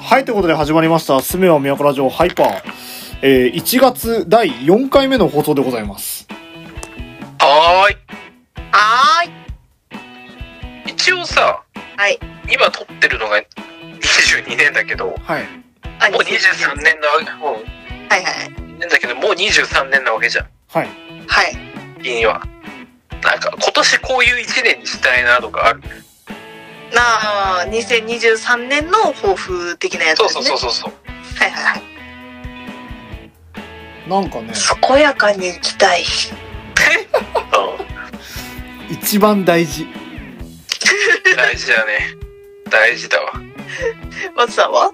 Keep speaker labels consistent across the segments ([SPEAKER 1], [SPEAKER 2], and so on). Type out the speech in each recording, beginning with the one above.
[SPEAKER 1] はい、ということで始まりました、すめは都ラジオハイパー。えー、1月第4回目の放送でございます。
[SPEAKER 2] はーい
[SPEAKER 3] はーい。
[SPEAKER 2] 一応さ
[SPEAKER 3] はい。
[SPEAKER 2] 今撮ってるのが22年だけども
[SPEAKER 1] はい。
[SPEAKER 3] あ
[SPEAKER 2] う23。年なわけ
[SPEAKER 3] はいはい。
[SPEAKER 2] うん年だけどもう23年なわけじゃん
[SPEAKER 1] はい。
[SPEAKER 3] はい。
[SPEAKER 2] 君はなんか今年こういう1年にしたいなとかある
[SPEAKER 3] なあ、2023年の抱負的なやつ
[SPEAKER 2] そ
[SPEAKER 3] で
[SPEAKER 2] うそ
[SPEAKER 3] すね。
[SPEAKER 2] うそうそうそう
[SPEAKER 3] はいはいはい。
[SPEAKER 1] なんかね、
[SPEAKER 3] 健やかに生きたい。
[SPEAKER 2] う
[SPEAKER 1] 一番大事。
[SPEAKER 2] ん大事だね大事だわ
[SPEAKER 3] 松さんは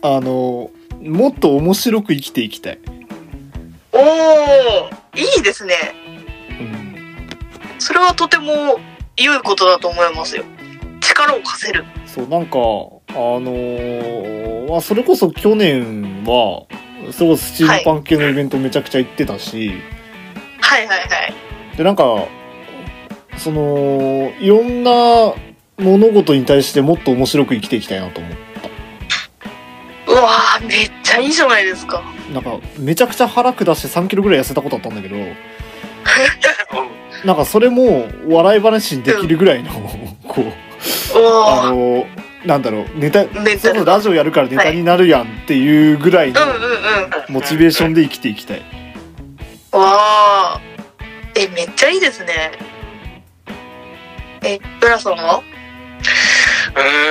[SPEAKER 1] あの、もっと面白く生きていきたい。
[SPEAKER 3] おお、いいですね。
[SPEAKER 1] うん。
[SPEAKER 3] それはとても良いことだと思いますよ。力を貸せる。
[SPEAKER 1] そう、なんか、あのーまあそれこそ去年は、それこそスチームパン系のイベントめちゃくちゃ行ってたし、
[SPEAKER 3] はいはいはい。
[SPEAKER 1] でなんかそのいろんな物事に対してもっと面白く生きていきたいなと思う
[SPEAKER 3] うわー、めっちゃいいじゃないですか。
[SPEAKER 1] なんかめちゃくちゃ腹下して3キロぐらい痩せたことあったんだけど
[SPEAKER 2] うん
[SPEAKER 1] なんかそれも笑い話にできるぐらいの、 こうあ
[SPEAKER 3] おお、
[SPEAKER 1] のなんだろうネタ
[SPEAKER 3] メン
[SPEAKER 1] そ
[SPEAKER 3] タ
[SPEAKER 1] れこそ
[SPEAKER 3] ル。
[SPEAKER 1] ラジオやるからネタになるやんっていうぐらいの
[SPEAKER 3] うんうんうん。
[SPEAKER 1] モチベーションで生きていきたい
[SPEAKER 3] わあえめっちゃいいですねえ浦さんは
[SPEAKER 2] う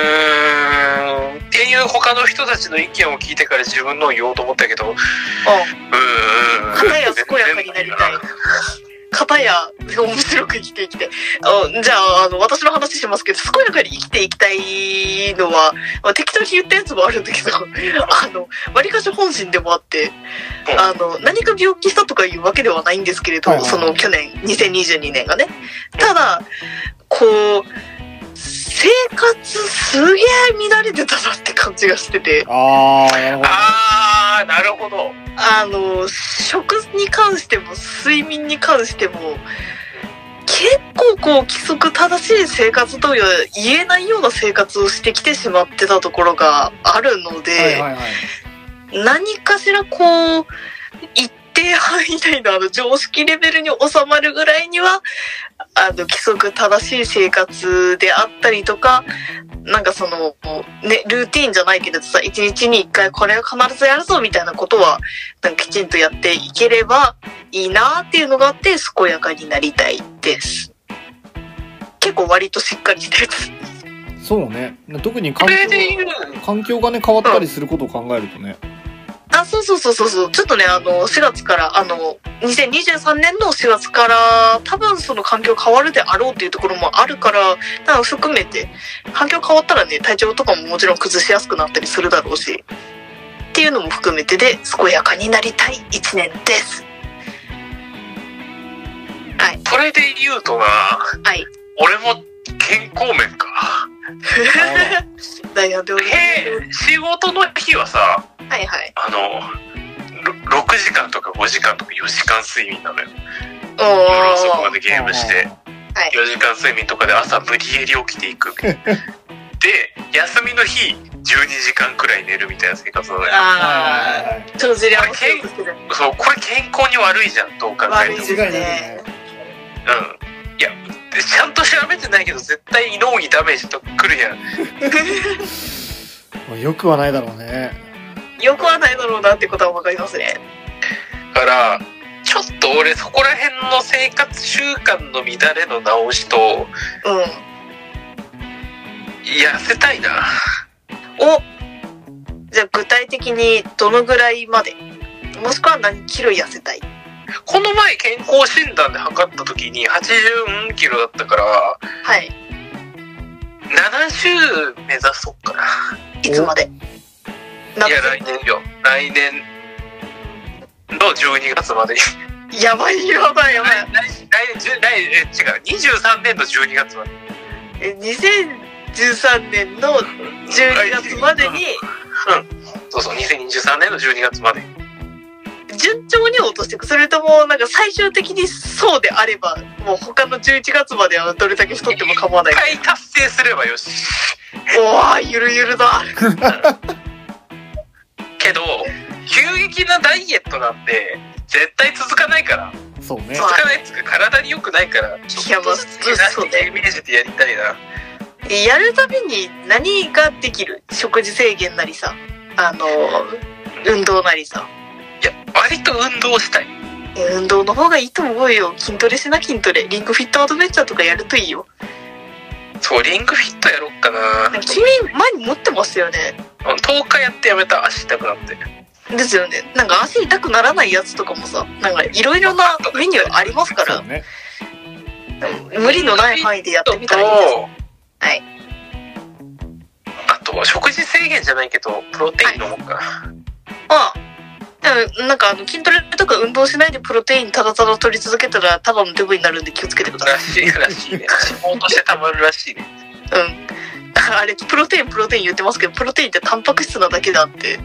[SPEAKER 2] ーんっていう他の人たちの意見を聞いてから自分のを言おうと思ったけどうーん
[SPEAKER 3] 片や健やかになりたい片や面白く生きていきたいあじゃああの私の話しますけど健やかに生きていきたいのは、まあ、適当に言ったやつもあるんだけど あのわりかし本心でもあってあの何か病気したとかいうわけではないんですけれど、
[SPEAKER 1] はいはいはい
[SPEAKER 3] その去年2022年がねただこう生活すげえ乱れてたなって感じがしてて
[SPEAKER 1] ああなるほ
[SPEAKER 2] ああなるほど
[SPEAKER 3] あの食に関しても睡眠に関しても結構こう規則正しい生活とは言えないような生活をしてきてしまってたところがあるので、
[SPEAKER 1] どはいはいはい
[SPEAKER 3] 何かしらこう一定範囲内のあの常識レベルに収まるぐらいにはあの規則正しい生活であったりとかなんかその、ね、ルーティンじゃないけどさ一日に一回これは必ずやるぞみたいなことはなんかきちんとやっていければいいなっていうのがあって健やかになりたいです。結構割としっかりしてる。
[SPEAKER 1] そうね特に
[SPEAKER 2] こ
[SPEAKER 1] 環境
[SPEAKER 2] れで言う
[SPEAKER 1] 環境がね変わったりすることを考えるとね
[SPEAKER 3] あ、そうそうそうそうそう。ちょっとね、あの、4月から、あの、2023年の4月から、多分その環境変わるであろうっていうところもあるから、だから含めて、環境変わったらね、体調とかももちろん崩しやすくなったりするだろうし、っていうのも含めてで、健やかになりたい1年です。はい、
[SPEAKER 2] これで言うとな
[SPEAKER 3] はい。
[SPEAKER 2] 俺も健康面か
[SPEAKER 3] 悩んでおります。
[SPEAKER 2] へ仕事の日はさ
[SPEAKER 3] はいはい。
[SPEAKER 2] あのろ6時間とか5時間とか4時間睡眠なのよ
[SPEAKER 3] お
[SPEAKER 2] 夜遅くま
[SPEAKER 3] ー。
[SPEAKER 2] でゲームして
[SPEAKER 3] はい
[SPEAKER 2] 4時間睡眠とかで朝無理やり起きていくで 休みの日12時間くらい寝るみたいな生活なのよ
[SPEAKER 3] あー、帳尻合わせようと してる。
[SPEAKER 2] そうこれ健康に悪いじゃんどう考え
[SPEAKER 3] 悪い
[SPEAKER 2] て
[SPEAKER 3] で
[SPEAKER 2] も
[SPEAKER 3] すね。
[SPEAKER 2] うんいやでちゃんと調べてないけど絶対脳にダメージとくるやん
[SPEAKER 1] まあよくはないだろうね
[SPEAKER 3] よくはないだろうなってことはわかりますね。
[SPEAKER 2] だからちょっと俺そこら辺の生活習慣の乱れの直しと
[SPEAKER 3] うん。
[SPEAKER 2] 痩せたいな
[SPEAKER 3] おじゃあ具体的にどのぐらいまでもしくは何キロ痩せたい
[SPEAKER 2] この前健康診断で測った時に84キロだったから
[SPEAKER 3] はい
[SPEAKER 2] 70目指そうかない
[SPEAKER 3] つまで
[SPEAKER 2] いや来年よ来年の12月までに
[SPEAKER 3] やばいやばいやばい
[SPEAKER 2] 来年10来え違う23年の12月まで
[SPEAKER 3] え2013年の12月までに
[SPEAKER 2] そうそう2023年の12月まで
[SPEAKER 3] 12順調に落としていくそれともなんか最終的にそうであればもう他の11月まではどれだけ太っても構わない
[SPEAKER 2] 一回達成すればよし。
[SPEAKER 3] おーゆるゆるだ
[SPEAKER 2] けど、急激なダイエットなんて、絶対続かないから。
[SPEAKER 1] そうね
[SPEAKER 3] そう
[SPEAKER 2] 続かないっつうか、体に良くないから、
[SPEAKER 3] いやまあ
[SPEAKER 2] 減らしていくイメージでやりたいな。
[SPEAKER 3] やるたびに何ができる食事制限なりさあの運動なりさ
[SPEAKER 2] いや、割と運動したい。
[SPEAKER 3] 運動の方がいいと思うよ筋トレしな筋トレリンクフィットアドベンチャーとかやるといいよ
[SPEAKER 2] そう、リングフィットやろっかな。
[SPEAKER 3] 君前に持ってますよね
[SPEAKER 2] 10日やってやめた足痛くなって。
[SPEAKER 3] ですよねなんか足痛くならないやつとかもさなんかいろいろなメニューありますか
[SPEAKER 1] そ
[SPEAKER 3] ら
[SPEAKER 1] うね
[SPEAKER 3] 無理のない範囲でやってみたらいいです
[SPEAKER 2] と、
[SPEAKER 3] はい。
[SPEAKER 2] あと、食事制限じゃないけど、プロテイン飲もうかな。
[SPEAKER 3] まあでもなんかあの筋トレとか運動しないでプロテインただただ取り続けたらただのデブになるんで気をつけてください
[SPEAKER 2] らしいらしいね。脂肪としてたまるらしいね。
[SPEAKER 3] うん あれプロテインプロテイン言ってますけどプロテインってタンパク質なだけだって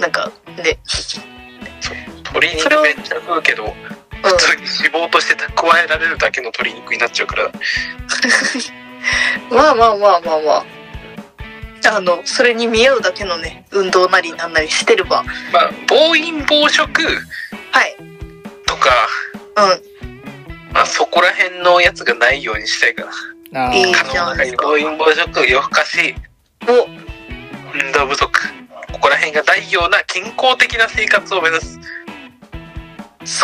[SPEAKER 3] なんかね、
[SPEAKER 2] 鶏肉めっちゃ食うけど、普通に脂肪として蓄えられるだけの鶏肉になっちゃうから、
[SPEAKER 3] うん、まあまあまあまあまああのそれに見合うだけのね運動なりなんなりしてればは
[SPEAKER 2] まあ、暴飲暴食
[SPEAKER 3] い
[SPEAKER 2] とか、
[SPEAKER 3] う
[SPEAKER 2] まあ、そこら辺のやつがないようにしたいから。
[SPEAKER 1] あ
[SPEAKER 3] いい
[SPEAKER 1] ー
[SPEAKER 2] 可能な限り暴飲暴食、夜更かし、
[SPEAKER 3] んお
[SPEAKER 2] 運動不足。ここら辺がないような健康的な生活を目指す。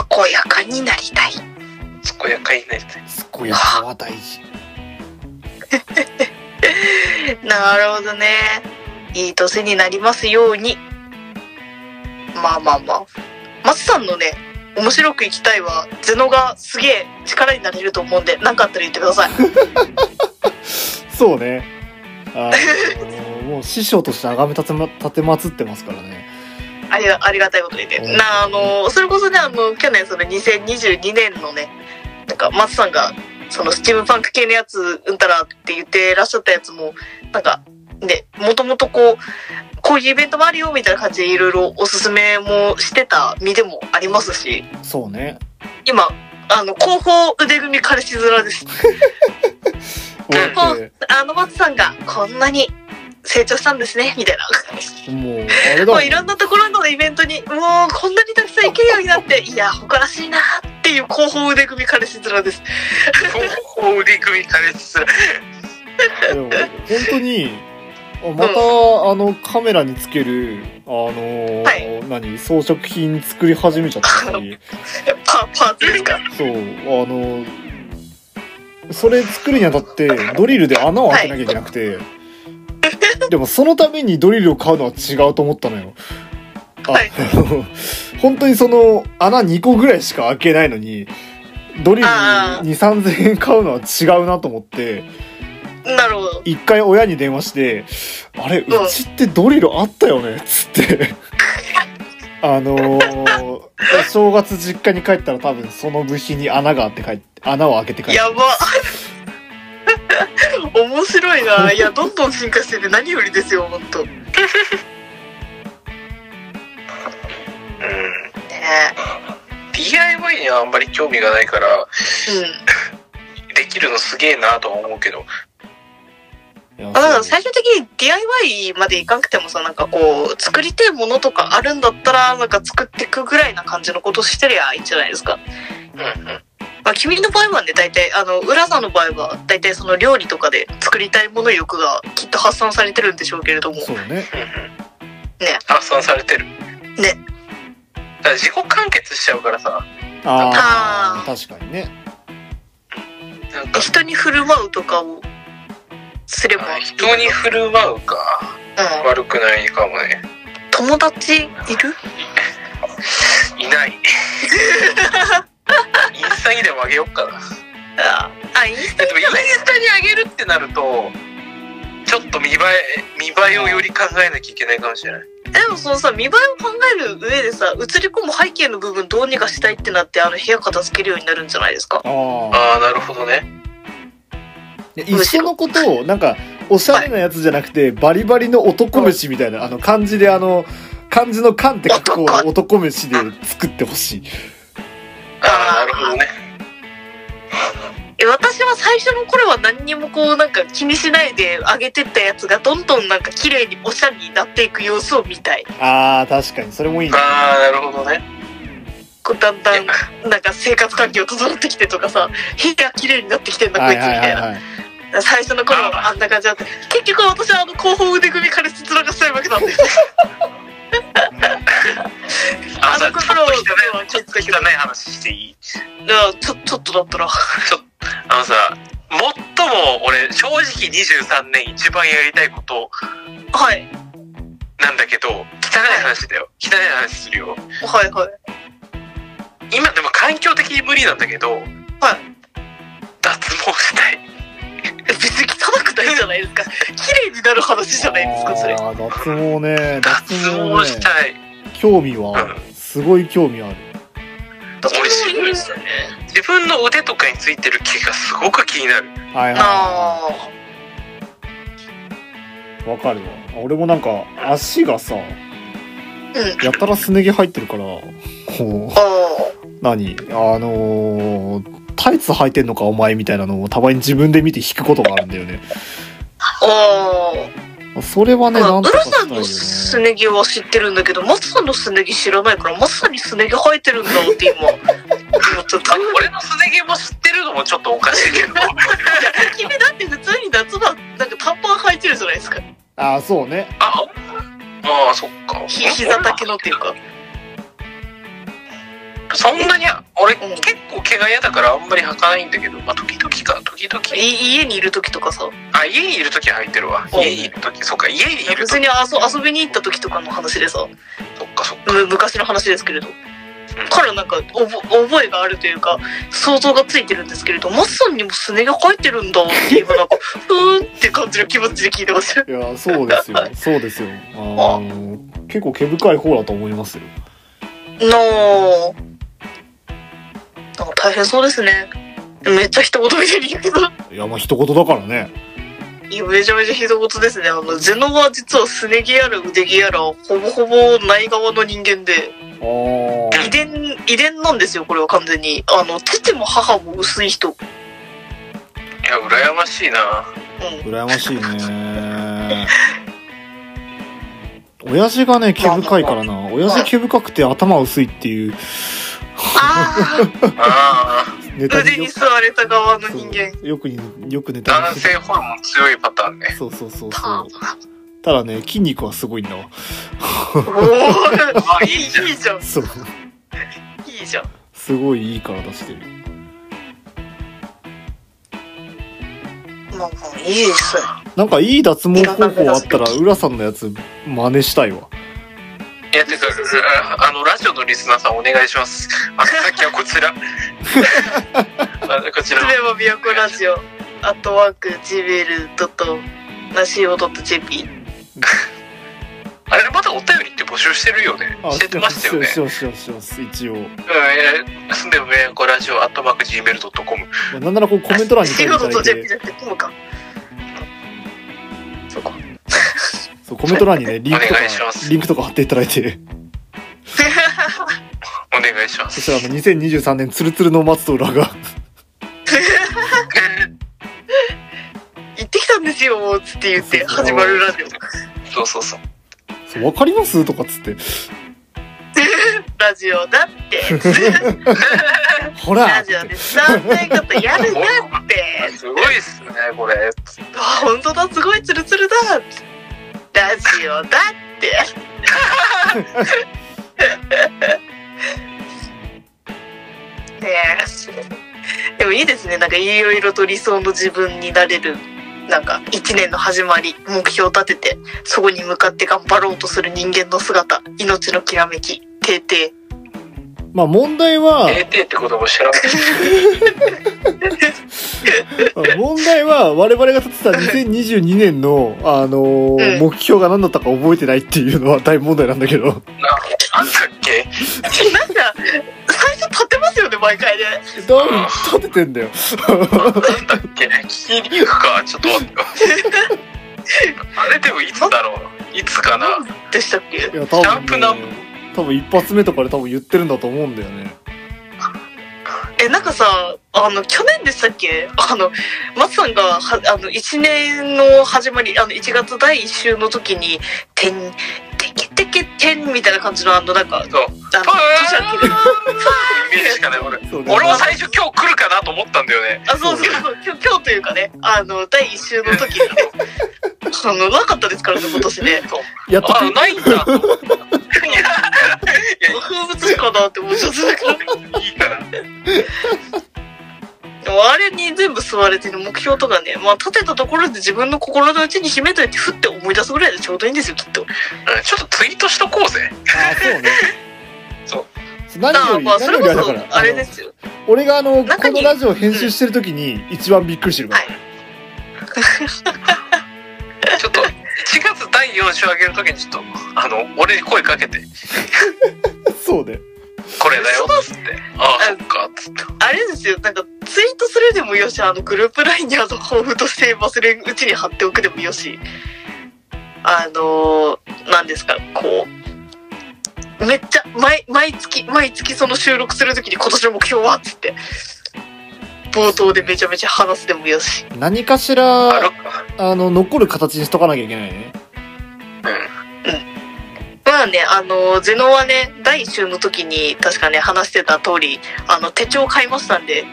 [SPEAKER 3] 健やかになりたい
[SPEAKER 2] 健やかになりたい。
[SPEAKER 1] 健やかは大事
[SPEAKER 3] なるほどねいい年になりますようにまあまあまあ松さんのね面白く生きたいはゼノがすげえ力になれると思うんで何かあったら言ってください
[SPEAKER 1] そうねあのもう師匠として崇め立てま立てまつってますからね
[SPEAKER 3] ありがありがたいことにねなあのそれこそねあの去年その2022年のねなんか松さんがそのスチームパンク系のやつうんたらって言ってらっしゃったやつもなんかねもともとこうこういうイベントもあるよみたいな感じでいろいろおすすめもしてた身でもありますし
[SPEAKER 1] そうね
[SPEAKER 3] 今あの後方腕組み彼氏面です
[SPEAKER 1] もうだって
[SPEAKER 3] あの松さんがこんなに成長したんですねみたいな
[SPEAKER 1] もうあれだ
[SPEAKER 3] も
[SPEAKER 1] もん
[SPEAKER 3] ういろんなところのイベントにもうこんなにたくさん行けるようになっていや誇らしいなっていう後方腕組み彼氏面です
[SPEAKER 2] 方法腕組み彼氏する。
[SPEAKER 1] でも本当にあまた、あのカメラにつけるあのー
[SPEAKER 3] は
[SPEAKER 1] 何装飾品作り始めちゃったり
[SPEAKER 3] パパーツですか
[SPEAKER 1] そうあのそれ作るにあたってドリルで穴を開けなきゃいけなくて、でもそのためにドリルを買うのは違うと思ったのよ。あ
[SPEAKER 3] はい
[SPEAKER 1] 本当にその穴2個ぐらいしか開けないのにドリル
[SPEAKER 3] あ
[SPEAKER 1] 2 3 0円買うのは違うなと思って。
[SPEAKER 3] なるほど
[SPEAKER 1] 一回親に電話して「あれ
[SPEAKER 3] うん
[SPEAKER 1] うちってドリルあったよね」っ つってあのー、お正月実家に帰ったら多分その部品に穴があって帰って穴を開けて帰って
[SPEAKER 3] やば 面白いないやどんどん進化してて何よりですよ本当ね
[SPEAKER 2] うん。
[SPEAKER 3] え
[SPEAKER 2] DIY にはあんまり興味がないから、
[SPEAKER 3] うん
[SPEAKER 2] できるのすげえなとは思うけど、
[SPEAKER 1] いや
[SPEAKER 3] ま
[SPEAKER 1] そ
[SPEAKER 3] あ
[SPEAKER 1] う
[SPEAKER 3] 最終的に DIY までいかなくてもさなんかこう作りたいものとかあるんだったらなんか作っていくぐらいな感じのことしてりゃいいんじゃないですか
[SPEAKER 2] うんうん。
[SPEAKER 3] まあ、君の場合はね大体あの浦さんの場合は大体その料理とかで作りたいもの欲がきっと発散されてるんでしょうけれども
[SPEAKER 1] そうね
[SPEAKER 3] ね
[SPEAKER 2] 発散されてる
[SPEAKER 3] ね
[SPEAKER 2] だから自己完結しちゃうからさ
[SPEAKER 1] ああ
[SPEAKER 3] あ
[SPEAKER 1] 確かにね
[SPEAKER 2] なんか
[SPEAKER 3] 人に振る舞うとかをすればいい
[SPEAKER 2] 人に振る舞うか
[SPEAKER 3] うん、
[SPEAKER 2] 悪くないかもね
[SPEAKER 3] 友達いる
[SPEAKER 2] い ないインスタにでもあげよっかな
[SPEAKER 3] ああインスタ
[SPEAKER 2] でもインスタにあげるってなるとちょっと見栄え見栄えをより考えなきゃいけないかもしれない
[SPEAKER 3] でもそのさ見栄えを考える上でさ映り込む背景の部分どうにかしたいってなってあの部屋片付けるようになるんじゃないですか
[SPEAKER 1] ああ
[SPEAKER 2] ああなるほどね
[SPEAKER 1] いや一緒のことをなんかおしゃれなやつじゃなくてバリバリの男飯みたいなあの感じであの漢字の漢って書く方を男飯で作ってほしい。
[SPEAKER 2] ああ、なるほどね。
[SPEAKER 3] え私は最初の頃は何にもこうなんか気にしないで上げてったやつがどんどんなんか綺麗におしゃれになっていく様子を見たい
[SPEAKER 1] ああ、確かに。それもいいね。
[SPEAKER 2] ああ、なるほどね。
[SPEAKER 3] こうだんだんなんか生活環境整ってきてとかさ部屋綺麗になってきてんだこ
[SPEAKER 1] はいい
[SPEAKER 3] つみ
[SPEAKER 1] はい
[SPEAKER 3] た
[SPEAKER 1] はいい
[SPEAKER 3] な
[SPEAKER 1] はい。
[SPEAKER 3] 最初の頃はあんな感じだった結局私はあの後方腕組みから失落したいわけなんだよ
[SPEAKER 2] あ、さち
[SPEAKER 3] あの
[SPEAKER 2] ょっと
[SPEAKER 3] 頃
[SPEAKER 2] 汚、
[SPEAKER 3] ではい
[SPEAKER 2] ちょっと汚い話していい
[SPEAKER 3] あちょちょっとだったら
[SPEAKER 2] あのさ、最も俺、正直23年一番やりたいこと
[SPEAKER 3] はい
[SPEAKER 2] なんだけど、汚い話だよ。汚い話するよ。
[SPEAKER 3] はいはい
[SPEAKER 2] 今でも環境的に無理なんだけど、脱毛したい。
[SPEAKER 3] え別に汚くないじゃないですか綺麗になる話じゃないですかそれ
[SPEAKER 1] ああ、脱毛ね。
[SPEAKER 2] 脱
[SPEAKER 1] 脱毛
[SPEAKER 2] 毛
[SPEAKER 1] ね
[SPEAKER 2] し。たい。
[SPEAKER 1] 興味は、すごい興味ある。
[SPEAKER 2] 俺すごいですね。自分の腕とかについてる毛がすごく気になる。
[SPEAKER 1] はいは
[SPEAKER 3] あ
[SPEAKER 1] い。わかるわ。俺もなんか、足がさ、
[SPEAKER 3] ん
[SPEAKER 1] やたらすね毛入ってるから、こ
[SPEAKER 3] ああ
[SPEAKER 1] う、何あのー、タイツ履いてんのかお前みたいなのをたまに自分で見て引くことがあるんだよね。
[SPEAKER 3] ああ
[SPEAKER 1] それはね、
[SPEAKER 3] ま
[SPEAKER 1] な
[SPEAKER 3] あ、
[SPEAKER 1] ん
[SPEAKER 3] ウ
[SPEAKER 1] と
[SPEAKER 3] ラ
[SPEAKER 1] かし
[SPEAKER 3] さ
[SPEAKER 1] たい
[SPEAKER 3] ん
[SPEAKER 1] よね
[SPEAKER 3] の。すね毛は知ってるんだけど、マツさんのすね毛知らないから、マツさんにすね毛生えてるんだって今、思っちゃった。
[SPEAKER 2] 多分俺のすね毛も知ってるのもちょっとおかしい けど。
[SPEAKER 3] 君だって普通に夏場、なんか短パン履いてるじゃないですか。
[SPEAKER 1] ああ、そうね。
[SPEAKER 2] あ、ああ、そっか。
[SPEAKER 3] ひ膝丈のっていうか。
[SPEAKER 2] そんなに、俺
[SPEAKER 3] うん
[SPEAKER 2] 結構毛が嫌だからあんまり履かないんだけど、まあ時々か、時々。
[SPEAKER 3] い家にいる時とかさ、
[SPEAKER 2] あ、家にいる時は履いてるわ。
[SPEAKER 1] うん
[SPEAKER 2] 家にいる時、そっか、家にいる
[SPEAKER 3] 別
[SPEAKER 2] 時、
[SPEAKER 3] に遊遊びに行った時とかの話でさ、
[SPEAKER 2] そっか、そっか。
[SPEAKER 3] む昔の話ですけれど。からなんかおぼ覚えがあるというか想像がついてるんですけれどマツさんにもすね毛生えてるんだって今なんかふーんって感じの気持ちで聞いてました
[SPEAKER 1] いや、そうです よ。そうですよ。あのー結構毛深い方だと思いますよ。
[SPEAKER 3] のなんか大変そうですねめっちゃ一言みたいに言うけど
[SPEAKER 1] いや、まあ一言だからね。
[SPEAKER 3] いやめちゃめちゃ一言ですねあのゼノは実はすね毛やら腕毛やらほぼほぼない側の人間で
[SPEAKER 1] あ
[SPEAKER 3] 遺伝遺伝なんですよこれは完全にあの父も母も薄い人
[SPEAKER 2] いや、羨ましいな。
[SPEAKER 1] あ、羨ましいね。親父がね、毛深いからな。親父毛深くて頭薄いっていう
[SPEAKER 3] ああ
[SPEAKER 2] ああ、
[SPEAKER 1] ネタ
[SPEAKER 3] 腕
[SPEAKER 1] に
[SPEAKER 3] に
[SPEAKER 1] よ
[SPEAKER 3] 吸われた側の
[SPEAKER 1] く
[SPEAKER 3] 人間
[SPEAKER 1] そうよくに、よくネタ
[SPEAKER 2] 男
[SPEAKER 1] にして
[SPEAKER 2] 性ホルモン強いパターンね。
[SPEAKER 1] そうそうそう
[SPEAKER 3] あ
[SPEAKER 1] そう。ただね、筋肉はすごいんだわ。
[SPEAKER 3] おお いい
[SPEAKER 2] いいじゃん
[SPEAKER 3] いいじゃん
[SPEAKER 1] そう。
[SPEAKER 3] いいじゃん
[SPEAKER 1] すごいいい体してる。
[SPEAKER 3] まあまあいいですね
[SPEAKER 1] なんかいい脱毛方法あったら、浦さんのやつ真似したいわ。
[SPEAKER 2] いや、てか、ああの、ラジオのリスナーさんお願いします。あ、先はこちら。あこちら
[SPEAKER 3] す。れば琵琶湖ラジオ、アットワーク、gmail.、なしお .jp。
[SPEAKER 2] あれ、まだお便りって募集してるよね。
[SPEAKER 1] あ
[SPEAKER 2] してましたよね
[SPEAKER 1] し。ますしてますしてます一応。
[SPEAKER 2] うん、すんでもべこラジオ、アットマーク、gmail.com。
[SPEAKER 1] まあなんならこうコメント欄に書いてい
[SPEAKER 3] なし
[SPEAKER 1] た
[SPEAKER 3] お
[SPEAKER 1] だい
[SPEAKER 3] .jp
[SPEAKER 1] て、
[SPEAKER 3] じゃなくて、コムか。そうか。
[SPEAKER 1] そうコメント欄にね、リンクとか
[SPEAKER 2] お願いします、
[SPEAKER 1] リンクとか貼っていただいて、
[SPEAKER 2] お願いしま
[SPEAKER 1] そ
[SPEAKER 2] す。
[SPEAKER 1] したらあの2023年ツルツルの松と浦が、
[SPEAKER 3] 行ってきたんですよ、つって言って、始まるラジオ。
[SPEAKER 2] そうそうそう。
[SPEAKER 1] そうわかりますとかっつって、
[SPEAKER 3] ラジオだって。
[SPEAKER 1] ほら
[SPEAKER 3] ラジオで伝わんないことやるんだって。
[SPEAKER 2] すごいっすね、これ。
[SPEAKER 3] あ、本当だ、すごいツルツルだ。ラジオだって。 ねえ。でもいいですね。なんかいろいろと理想の自分になれる。なんか一年の始まり、目標を立てて、そこに向かって頑張ろうとする人間の姿、命のきらめき、定定。
[SPEAKER 1] まあ問題は、
[SPEAKER 2] AT って言葉知らない。
[SPEAKER 1] 問題は我々が立てた2022年の、あのー
[SPEAKER 3] うん
[SPEAKER 1] 目標が何だったか覚えてないっていうのは大問題なんだけ ど、
[SPEAKER 2] なんだっけ
[SPEAKER 3] なんか、最初立てますよね、毎回ね。
[SPEAKER 1] 多分立ててんだよ。
[SPEAKER 2] なんだっけ聞きに行くか、ちょっと待ってよ。あれでもいつだろういつかな
[SPEAKER 3] なんでしたっけ
[SPEAKER 1] いや多
[SPEAKER 2] キャンプ
[SPEAKER 1] 分、
[SPEAKER 2] ナ
[SPEAKER 1] ね、多分一発目とかで多分言ってるんだと思うんだよね
[SPEAKER 3] えなんかさあの去年でしたっけあの松さんがはあの1年の始まりあの1月第1週の時に「てんてけてけてん」みたいな感じのあのなんかあの
[SPEAKER 2] そう
[SPEAKER 3] 年明ける
[SPEAKER 2] イメージしかない俺
[SPEAKER 1] そうね
[SPEAKER 2] 俺も最初今日来るかなと思ったんだよね
[SPEAKER 3] あそうそうそう今日今日というかねあの第1週の時 にねあのなかったですからね今年ね
[SPEAKER 2] そう
[SPEAKER 1] やっと
[SPEAKER 2] あないんだと思ったいや
[SPEAKER 3] 風物詩かなって思っちゃったから
[SPEAKER 2] いいから
[SPEAKER 3] でもあれに全部吸われてる目標とかねまあ立てたところで自分の心の内に秘めといてふって思い出すぐらいでちょうどいいんですよきっと
[SPEAKER 2] うんちょっとツイートしとこうぜ
[SPEAKER 1] あそうね
[SPEAKER 2] そう
[SPEAKER 1] 何
[SPEAKER 3] あ
[SPEAKER 1] よ
[SPEAKER 3] あ
[SPEAKER 1] り
[SPEAKER 3] まあそ
[SPEAKER 1] 何
[SPEAKER 3] れ
[SPEAKER 1] より
[SPEAKER 3] こ
[SPEAKER 1] だから
[SPEAKER 3] そあれで
[SPEAKER 1] の
[SPEAKER 3] すよ
[SPEAKER 1] 俺があのこ
[SPEAKER 3] 中に
[SPEAKER 1] のラジオ編集してる時に一番びっくりしてるから、
[SPEAKER 3] はい
[SPEAKER 2] ちょっと1月第4週上げるときにちょっとあの俺に声かけて
[SPEAKER 1] そうね
[SPEAKER 2] これだよっつってああそっかっつって
[SPEAKER 3] あれですよ、なんか、ツイートするでもよし、あの、グループラインにあの、抱負として忘れんうちに貼っておくでもよし、あのー、なんですか、こう、めっちゃ、毎、毎月、毎月その収録するときに今年の目標はっつって、冒頭でめちゃめちゃ話すでもよし。
[SPEAKER 1] 何かし
[SPEAKER 2] ある
[SPEAKER 1] ら
[SPEAKER 2] か
[SPEAKER 1] あの残る形にしとかなきゃいけないね
[SPEAKER 3] まあね、あのー、ゼノはね、第1週の時に確かね、話してた通り、あの、手帳買いましたんで、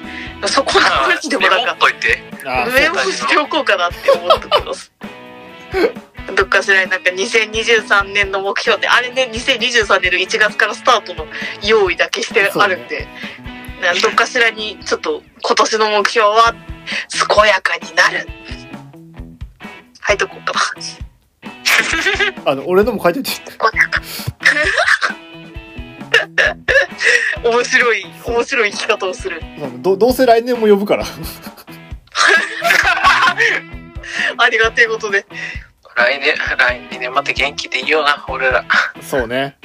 [SPEAKER 3] そこの話でもなん
[SPEAKER 2] メモ
[SPEAKER 3] か
[SPEAKER 2] っ、といて
[SPEAKER 1] あ
[SPEAKER 3] メ
[SPEAKER 1] そう
[SPEAKER 3] モしておこうかなって思ってます。 どっかしらになんか2023年の目標ってあれね2023年の1月からスタートの用意だけしてあるんで、なんかどっかしらにちょっと今年の目標は健やかに なるはいどこうか
[SPEAKER 1] あの俺のも書いとい て
[SPEAKER 3] な健やか面白い面白い生き方をする
[SPEAKER 1] どどうせ来年も呼ぶから
[SPEAKER 3] ありがてえことで
[SPEAKER 2] 来年来年また元気でいいよな俺ら
[SPEAKER 1] そうね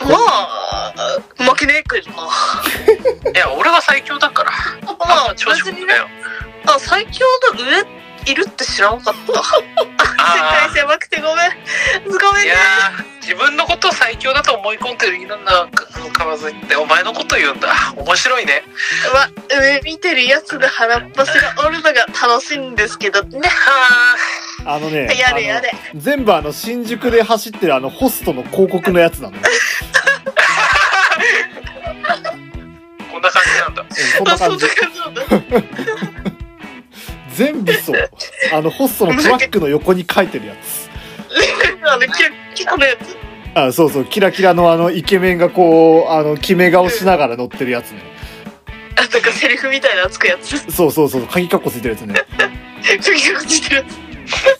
[SPEAKER 3] まあ負けねえけどない
[SPEAKER 2] や俺は最強だから
[SPEAKER 3] まあ
[SPEAKER 2] 調子
[SPEAKER 3] 別
[SPEAKER 2] 乗
[SPEAKER 3] に
[SPEAKER 2] ん
[SPEAKER 3] ね
[SPEAKER 2] なよ
[SPEAKER 3] あ、最強の上いるって知らなかった。世界
[SPEAKER 2] あ
[SPEAKER 3] 狭くてごめん。ごめ
[SPEAKER 2] ー
[SPEAKER 3] ん
[SPEAKER 2] い
[SPEAKER 3] ね
[SPEAKER 2] や。ー自分のことを最強だと思い込んでる犬なんか買わずってお前のこと言うんだ面白いね
[SPEAKER 3] ま、上見てるやつで腹っ端がおるのが楽しいんですけどね。
[SPEAKER 2] は
[SPEAKER 1] あのね
[SPEAKER 3] やれやれ。
[SPEAKER 1] あの全部あの新宿で走ってるあのホストの広告のやつなのよ、
[SPEAKER 2] ーこんな感じなんだ
[SPEAKER 1] うん、そん
[SPEAKER 3] まあ、
[SPEAKER 1] な
[SPEAKER 3] そん
[SPEAKER 1] 感
[SPEAKER 3] な
[SPEAKER 1] じ
[SPEAKER 3] 感じなんだ。あ
[SPEAKER 1] 全部そうあのホストのトラックの横に書いてるやつ
[SPEAKER 3] の、キラキラのやつ。
[SPEAKER 1] あそうそうキラキラのあのイケメンがこうあの決め顔しながら乗ってるやつね
[SPEAKER 3] あ、なんかセリフみたいなのつくやつ。
[SPEAKER 1] そうそうそう鍵かっこついてるやつね
[SPEAKER 3] ちょきちょきしてるやつ。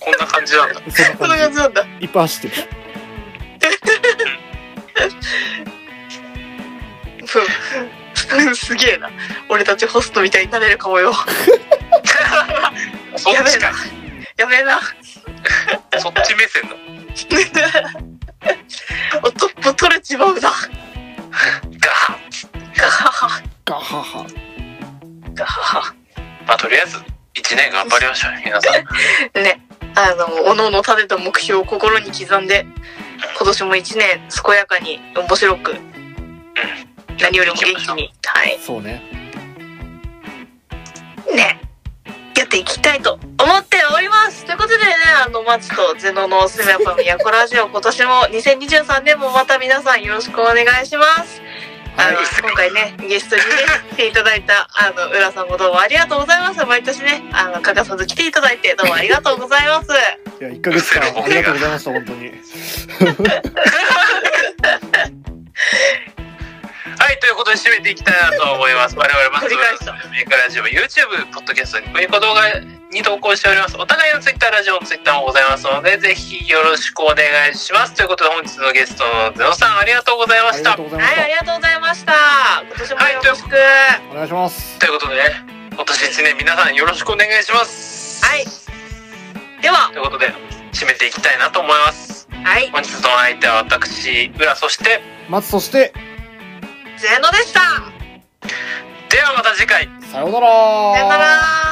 [SPEAKER 2] こんな感じなん だ
[SPEAKER 1] そん
[SPEAKER 3] そん
[SPEAKER 1] な
[SPEAKER 3] な
[SPEAKER 1] 感
[SPEAKER 3] 感じなんだ。
[SPEAKER 1] じいっぱい走ってる
[SPEAKER 3] うん。すげえな。俺たちホストみたいになれるかもよ。
[SPEAKER 2] そっ
[SPEAKER 3] やべえ
[SPEAKER 2] ちか
[SPEAKER 3] な。やべえな。
[SPEAKER 2] そっち目線だ
[SPEAKER 3] おトップ取れちまう
[SPEAKER 2] ガ
[SPEAKER 3] な。
[SPEAKER 2] ー
[SPEAKER 3] ガハハ。
[SPEAKER 1] ガハハ
[SPEAKER 3] ガハハ。
[SPEAKER 2] まあとりあえず一年頑張りましょう皆さん
[SPEAKER 3] ね、あの、おのおの立てた目標を心に刻んで、今年も一年健やかに面白く、何よりも元気に、はい、
[SPEAKER 1] そうね
[SPEAKER 3] ね、やっていきたいと思っておりますということでね、あの、マツとゼノのおすすめアパムヤコラジオ、 今年も2023年もまた皆さんよろしくお願いします。あの、
[SPEAKER 2] はい
[SPEAKER 3] 今回ね、ゲストにね、来ていただいた、あの、浦さんもどうもありがとうございます。毎年ね、あの、欠かさず来ていただいて、どうもありがとうございます。
[SPEAKER 1] いや1ヶ月間ありがとうございました本当に
[SPEAKER 2] はい、ということで締めていきたいなと思います。我々マス
[SPEAKER 3] 繰り返した
[SPEAKER 2] メイクラジオ、YouTube、ポッドキャスト、ニコニコ動画に投稿しております。お互いの Twitter、ラジオの Twitter もございますので、ぜひよろしくお願いします。ということで、本日のゲストのゼノさん、ありがとうございま
[SPEAKER 1] あり
[SPEAKER 2] した。
[SPEAKER 1] がとう
[SPEAKER 2] とい
[SPEAKER 1] ございまし
[SPEAKER 3] はい、あ
[SPEAKER 1] た
[SPEAKER 3] りがとうございました。今年もよろしく。
[SPEAKER 1] お願いします
[SPEAKER 2] うことで、ね、今年一年皆さんよろしくお願いします。
[SPEAKER 3] はい。では、
[SPEAKER 2] ということで、締めていきたいなと思います。
[SPEAKER 3] はい、
[SPEAKER 2] 本日のお相手は私、浦、そして、
[SPEAKER 1] 松そして
[SPEAKER 3] ゼノでした。
[SPEAKER 2] ではまた次回。
[SPEAKER 1] さようなら
[SPEAKER 3] さよなら。